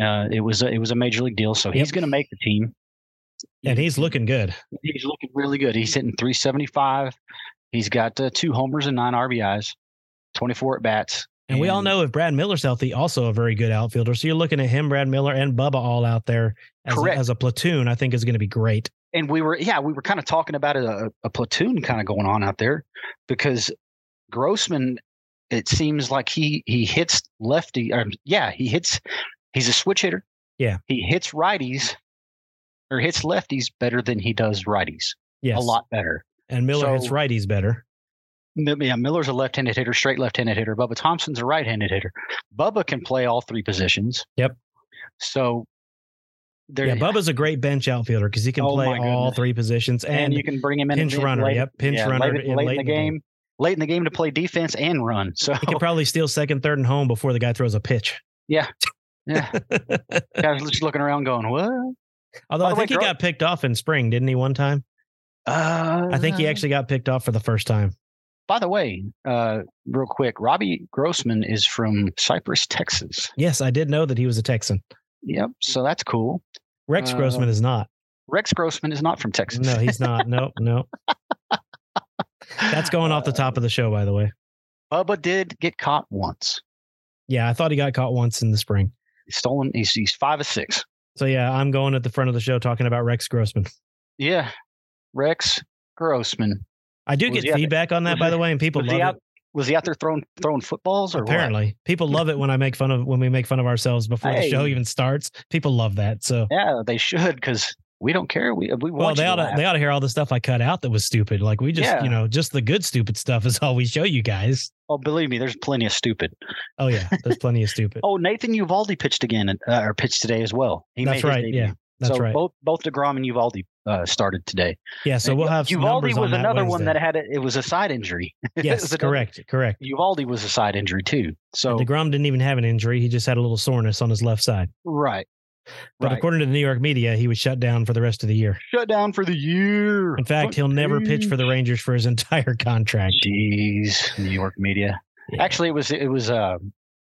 S4: Uh, it was a, it was a major league deal. So he's
S1: Yep.
S4: going to make the team.
S1: and he's looking good.
S4: He's looking really good. He's hitting 375. He's got uh, two homers and nine RBIs, 24 at bats.
S1: And, we all know if Brad Miller's healthy, also a very good outfielder. So you're looking at him, Brad Miller, and Bubba all out there as, a,
S4: Correct.
S1: as a platoon. I think is going to be great.
S4: And we were, yeah, we were kind of talking about it, a, a platoon kind of going on out there because Grossman, it seems like he he hits lefty. Or, yeah, he hits. He's a switch hitter.
S1: Yeah.
S4: he hits righties or hits lefties better than he does righties.
S1: Yes,
S4: A lot better.
S1: And Miller hits
S4: So-
S1: righties better.
S4: M- Yeah, Miller's a left-handed hitter, straight left-handed hitter. Bubba Thompson's a right-handed hitter. Bubba can play all three positions.
S1: Yep.
S4: So there,
S1: Yeah, Bubba's a great bench outfielder because he can
S4: Oh
S1: play
S4: my
S1: all
S4: goodness.
S1: three positions.
S4: and,
S1: And,
S4: you can bring him in
S1: pinch
S4: at the end
S1: runner,
S4: late-
S1: yep, pinch runner
S4: late,
S1: in-
S4: late
S1: late
S4: in the game, late in the game to play defense and run. So
S1: he can probably steal second, third, and home before the guy throws a pitch.
S4: yeah, guys, just looking around, going what?
S1: Although I
S4: By the way,
S1: think he
S4: Gro-
S1: got picked off in spring, didn't he? One time,
S4: Uh,
S1: I think he actually got picked off for the first time.
S4: By the way, uh, real quick, Robbie Grossman is from Cypress, Texas.
S1: Yes, I did know that he was a Texan.
S4: Yep, so that's cool.
S1: Rex
S4: Uh,
S1: Grossman is not.
S4: Rex Grossman is not from Texas.
S1: No, he's not. no, no. That's going off the top of the show, by the way.
S4: Uh, Bubba did get caught once.
S1: Yeah, I thought he got caught once in the spring.
S4: He's stolen. He's, he's five of six.
S1: So yeah, I'm going at the front of the show talking about Rex Grossman.
S4: Yeah. Rex Grossman.
S1: I do
S4: Was
S1: get
S4: he out there-
S1: feedback on that, by the way, and people
S4: Was
S1: love
S4: he,
S1: it.
S4: out, was he out there throwing throwing footballs or what?
S1: Apparently, people love it when I make fun of when we make fun of ourselves before the show
S4: Hey.
S1: even starts. People love that. So
S4: Yeah, they should because we don't care. We we
S1: well,
S4: want
S1: they
S4: you to
S1: ought to
S4: laugh.
S1: they ought to hear all the stuff I cut out that was stupid. Like we just
S4: Yeah.
S1: you know just the good stupid stuff is all we show you guys.
S4: Oh, believe me, there's plenty of stupid.
S1: Oh yeah, there's plenty of stupid.
S4: Oh, Nathan Uvalde pitched again uh, or pitched today as well. He
S1: That's
S4: made his
S1: right,
S4: debut.
S1: yeah, That's
S4: so
S1: right.
S4: both both Degrom and Uvalde uh, started today.
S1: yeah, so
S4: And
S1: we'll have some
S4: Uvalde
S1: numbers
S4: was
S1: on that
S4: another one
S1: Wednesday.
S4: that had a, it was a side injury. It was
S1: yes,
S4: another-
S1: correct, correct.
S4: Uvalde was a side injury too. So
S1: Degrom didn't even have an injury; he just had a little soreness on his left side.
S4: right,
S1: But
S4: right.
S1: according to the New York media, he was shut down for the rest of the year.
S4: shut down for the year.
S1: In fact, he'll never pitch for the Rangers for his entire contract.
S4: Jeez, New York media.
S1: Yeah.
S4: Actually, it was it was uh,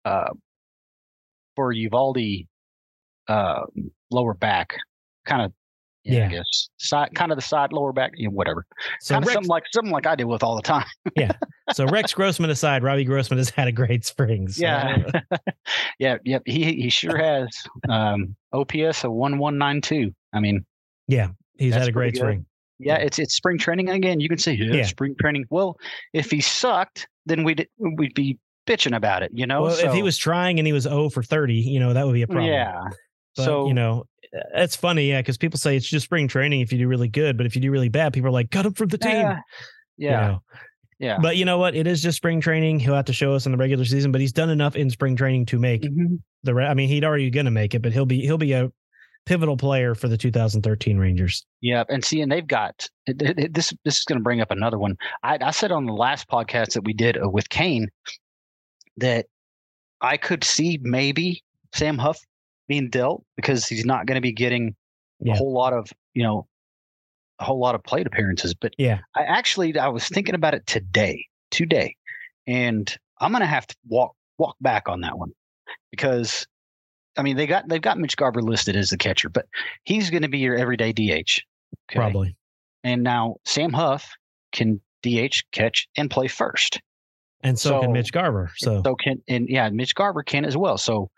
S4: uh, for Uvalde, uh, lower back, kind of. Yeah,
S1: Yeah.
S4: I guess side, kind of the side lower back, you know, whatever.
S1: So
S4: kind of
S1: Rex,
S4: something like something like I deal with all the time.
S1: so Rex Grossman aside, Robbie Grossman has had a great spring. So
S4: Yeah, yeah, yep. He he sure has. Um, OPS a one one nine two. I mean,
S1: he's
S4: That's
S1: had a great
S4: pretty good.
S1: spring.
S4: yeah,
S1: Yeah.
S4: it's it's spring training again. You can say yeah,
S1: Yeah.
S4: spring training. Well, if he sucked, then we'd we'd be bitching about it, you know.
S1: well, if he
S4: So,
S1: was trying and he was 0 for 30, you know that would be a problem.
S4: yeah.
S1: But,
S4: so
S1: you know, it's funny, yeah, because people say it's just spring training if you do really good, but if you do really bad, people are like, cut him from the team.
S4: Yeah.
S1: you
S4: Yeah.
S1: know.
S4: Yeah.
S1: But you know what? It is just spring training. He'll have to show us in the regular season, but he's done enough in spring training to make
S4: Mhm.
S1: the. Re- I mean, he'd already going to make it, but he'll be he'll be a pivotal player for the 2013 Rangers.
S4: Yeah. And see, and they've got it- it- it- this. This is going to bring up another one. I, I said on the last podcast that we did uh, with Kane that I could see maybe Sam Huff being dealt because he's not going to be getting
S1: Yeah.
S4: a whole lot of you know a whole lot of plate appearances. But
S1: Yeah.
S4: I actually I was thinking about it today, today, and I'm going to have to walk walk back on that one because. I mean, they got they've got Mitch Garber listed as the catcher, but he's going to be your everyday DH. okay?
S1: Probably.
S4: And now Sam Huff can DH, catch, and play first.
S1: And so,
S4: So-
S1: can Mitch Garver. So,
S4: So can and yeah, Mitch Garver can as well. So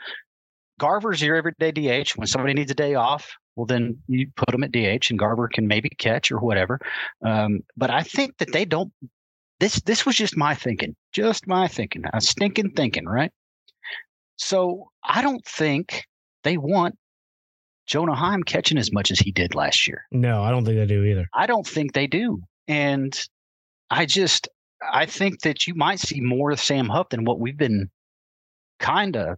S4: Garver's your everyday DH. When somebody needs a day off, well then you put him at DH, and Garver can maybe catch or whatever. Um, but I think that they don't. This this was just my thinking, just my thinking, I was stinking thinking, right? So I don't think they want Jonah Heim catching as much as he did last year.
S1: No, I don't think they do either.
S4: I don't think they do. And I just I think that you might see more of Sam Huff than what we've been kind of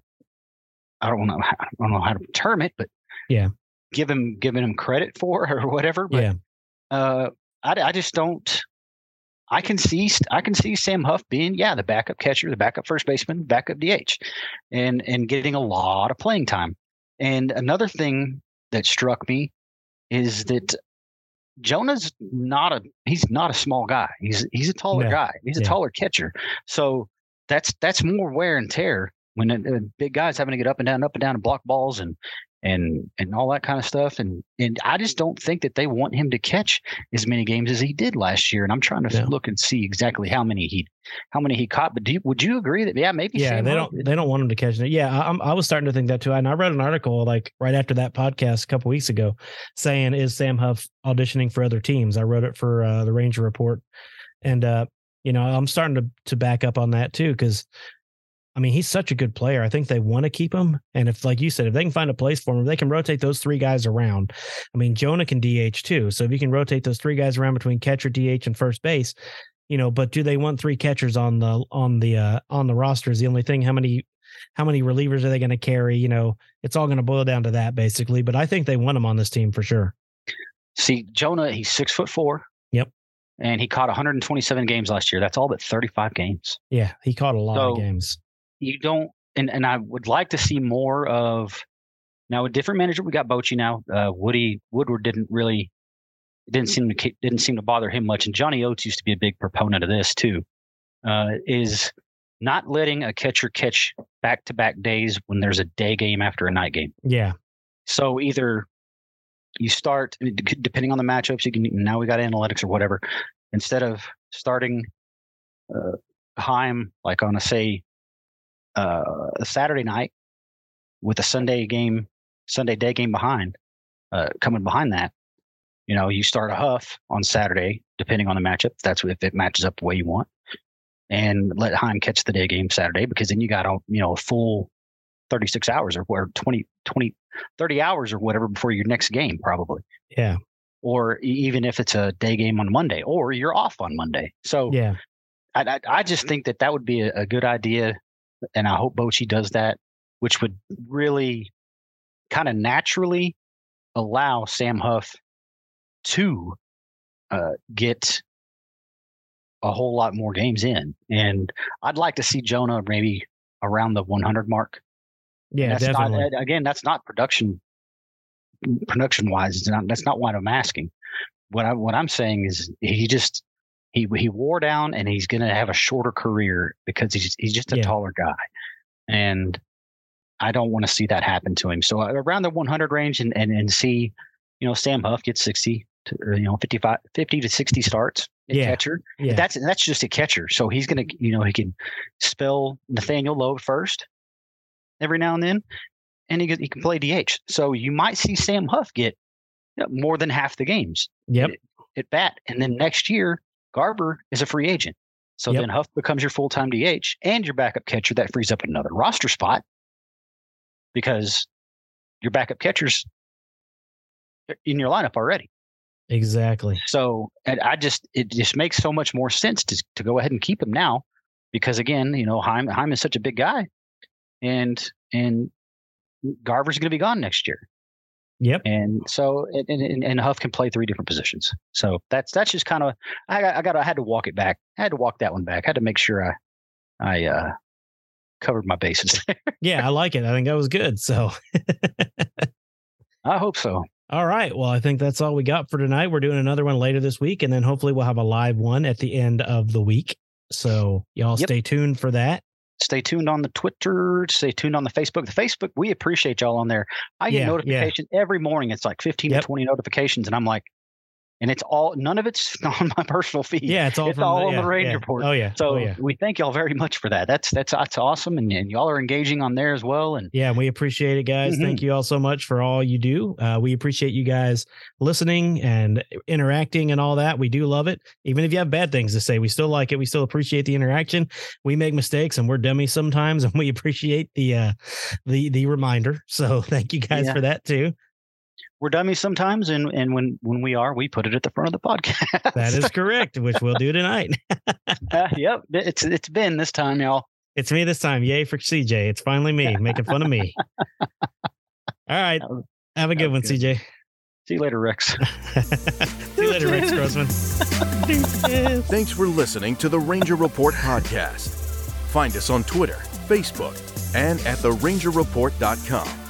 S4: I don't know I don't know how to term it, but
S1: Yeah.
S4: give him giving him credit for or whatever. But
S1: yeah.
S4: uh, I I just don't. I can see I can see Sam Huff being yeah the backup catcher, the backup first baseman, backup DH, and and getting a lot of playing time. And another thing that struck me is that Jonah's not a he's not a small guy. He's he's a taller
S1: No.
S4: guy. He's a
S1: Yeah.
S4: taller catcher. So that's that's more wear and tear when a, a big guy's having to get up and down, up and down, and block balls and and and all that kind of stuff. And and I just don't think that they want him to catch as many games as he did last year. And I'm trying to
S1: No.
S4: look and see exactly how many he how many he caught. But do you, would you agree that yeah maybe
S1: Yeah,
S4: Sam
S1: they
S4: Huff-
S1: don't they don't want him to catch it. Yeah, I, I'm, I was starting to think that too. And I read an article like right after that podcast a couple weeks ago saying is Sam Huff auditioning for other teams. I wrote it for uh, the Ranger Report, and uh, you know I'm starting to to back up on that too because I mean he's such a good player. I think they want to keep him, and if like you said, if they can find a place for him, if they can rotate those three guys around. I mean Jonah can DH too, so if you can rotate those three guys around between catcher, DH, and first base, you know but do they want three catchers on the on the uh on the roster is the only thing how many how many relievers are they going to carry you know it's all going to boil down to that basically but i think they want him on this team for sure
S4: See, Jonah, he's six foot four.
S1: Yep.
S4: And he caught 127 games last year. That's all but 35 games.
S1: yeah he caught a lot of
S4: So-
S1: games
S4: You don't, and, and I would like to see more of. Now, a different manager. We got Bochy now. Uh, Woody Woodward didn't really, didn't seem to ca- didn't seem to bother him much. And Johnny Oates used to be a big proponent of this too. Uh, is not letting a catcher catch back to back days when there's a day game after a night game.
S1: yeah
S4: So either you start, I mean, d- depending on the matchups, you can now we got analytics or whatever. Instead of starting uh, Heim like on a say uh, a Saturday night with a Sunday game, Sunday day game behind, uh, coming behind that, you know, you start a Huff on Saturday, depending on the matchup. That's if it matches up the way you want, and let Heim catch the day game Saturday because then you got all you know a full. 36 hours or or 20, 20 30 hours or whatever before your next game, probably.
S1: yeah
S4: Or e- even if it's a day game on Monday, or you're off on Monday. So
S1: yeah
S4: I, I, I just think that that would be a, a good idea. And I hope Bochy does that, which would really kind of naturally allow Sam Huff to uh, get a whole lot more games in. And I'd like to see Jonah maybe around the 100 mark.
S1: yeah
S4: That's
S1: definitely
S4: Not, uh, again, that's not production production wise. It's not, that's not what I'm asking. What I what I'm saying is he just he he wore down and he's going to have a shorter career because he's he's just a
S1: Yeah.
S4: taller guy, and I don't want to see that happen to him. So uh, around the 100 range and and and see, you know, Sam Huff gets 60 to or, you know 55 50 to 60 starts at
S1: Yeah.
S4: catcher.
S1: yeah
S4: That's that's just a catcher. So he's gonna, you know, he can spell Nathaniel Lowe first every now and then, and he can, he can play DH. So you might see Sam Huff get you know, more than half the games
S1: yep
S4: at bat, and then next year Garber is a free agent. So
S1: Yep.
S4: then Huff becomes your full time DH and your backup catcher. That frees up another roster spot because your backup catchers in your lineup already.
S1: exactly
S4: So and I just it just makes so much more sense to to go ahead and keep him now because again, you know, Heim Heim is such a big guy, and and Garver's going to be gone next year,
S1: yep
S4: and so and, and- and and Huff can play three different positions. So that's that's just kind of I got I got I had to walk it back. I had to walk that one back. I had to make sure I I uh, covered my bases.
S1: yeah i like it i think that was good so
S4: I hope so.
S1: All right. Well, I think that's all we got for tonight. We're doing another one later this week, and then hopefully we'll have a live one at the end of the week. So y'all
S4: Yep.
S1: stay tuned for that.
S4: stay tuned on the Twitter, stay tuned on the Facebook. The Facebook, we appreciate y'all on there. I
S1: Yeah,
S4: get
S1: yeah.
S4: notifications every morning. It's like 15
S1: Yep.
S4: to 20 notifications. And I'm like, and it's all, none of it's on my personal feed.
S1: Yeah, it's all
S4: It's
S1: from
S4: all on
S1: yeah,
S4: the Ranger
S1: yeah.
S4: Report.
S1: Oh yeah.
S4: So
S1: oh, yeah.
S4: we thank y'all very much for that. That's, that's, that's awesome. And, and y'all are engaging on there as well. And
S1: Yeah, we appreciate it, guys.
S4: Mm-hmm.
S1: Thank you all so much for all you do. Uh, we appreciate you guys listening and interacting and all that. We do love it. Even if you have bad things to say, we still like it. We still appreciate the interaction. We make mistakes and we're dummies sometimes, and we appreciate the uh, the the reminder. So thank you guys
S4: Yeah.
S1: for that too.
S4: we're dummies sometimes, and and when when we are, we put it at the front of the podcast.
S1: That is correct, which we'll do tonight.
S4: Uh, yep, it's it's been this time, y'all.
S1: It's me this time. Yay for CJ. It's finally me making fun of me. All right. Have a good
S4: That
S1: one,
S4: was good.
S1: CJ.
S4: See you later, Rex.
S1: See you later, Rex Grossman.
S3: Thanks for listening to the Ranger Report podcast. Find us on Twitter, Facebook, and at therangerreport.com.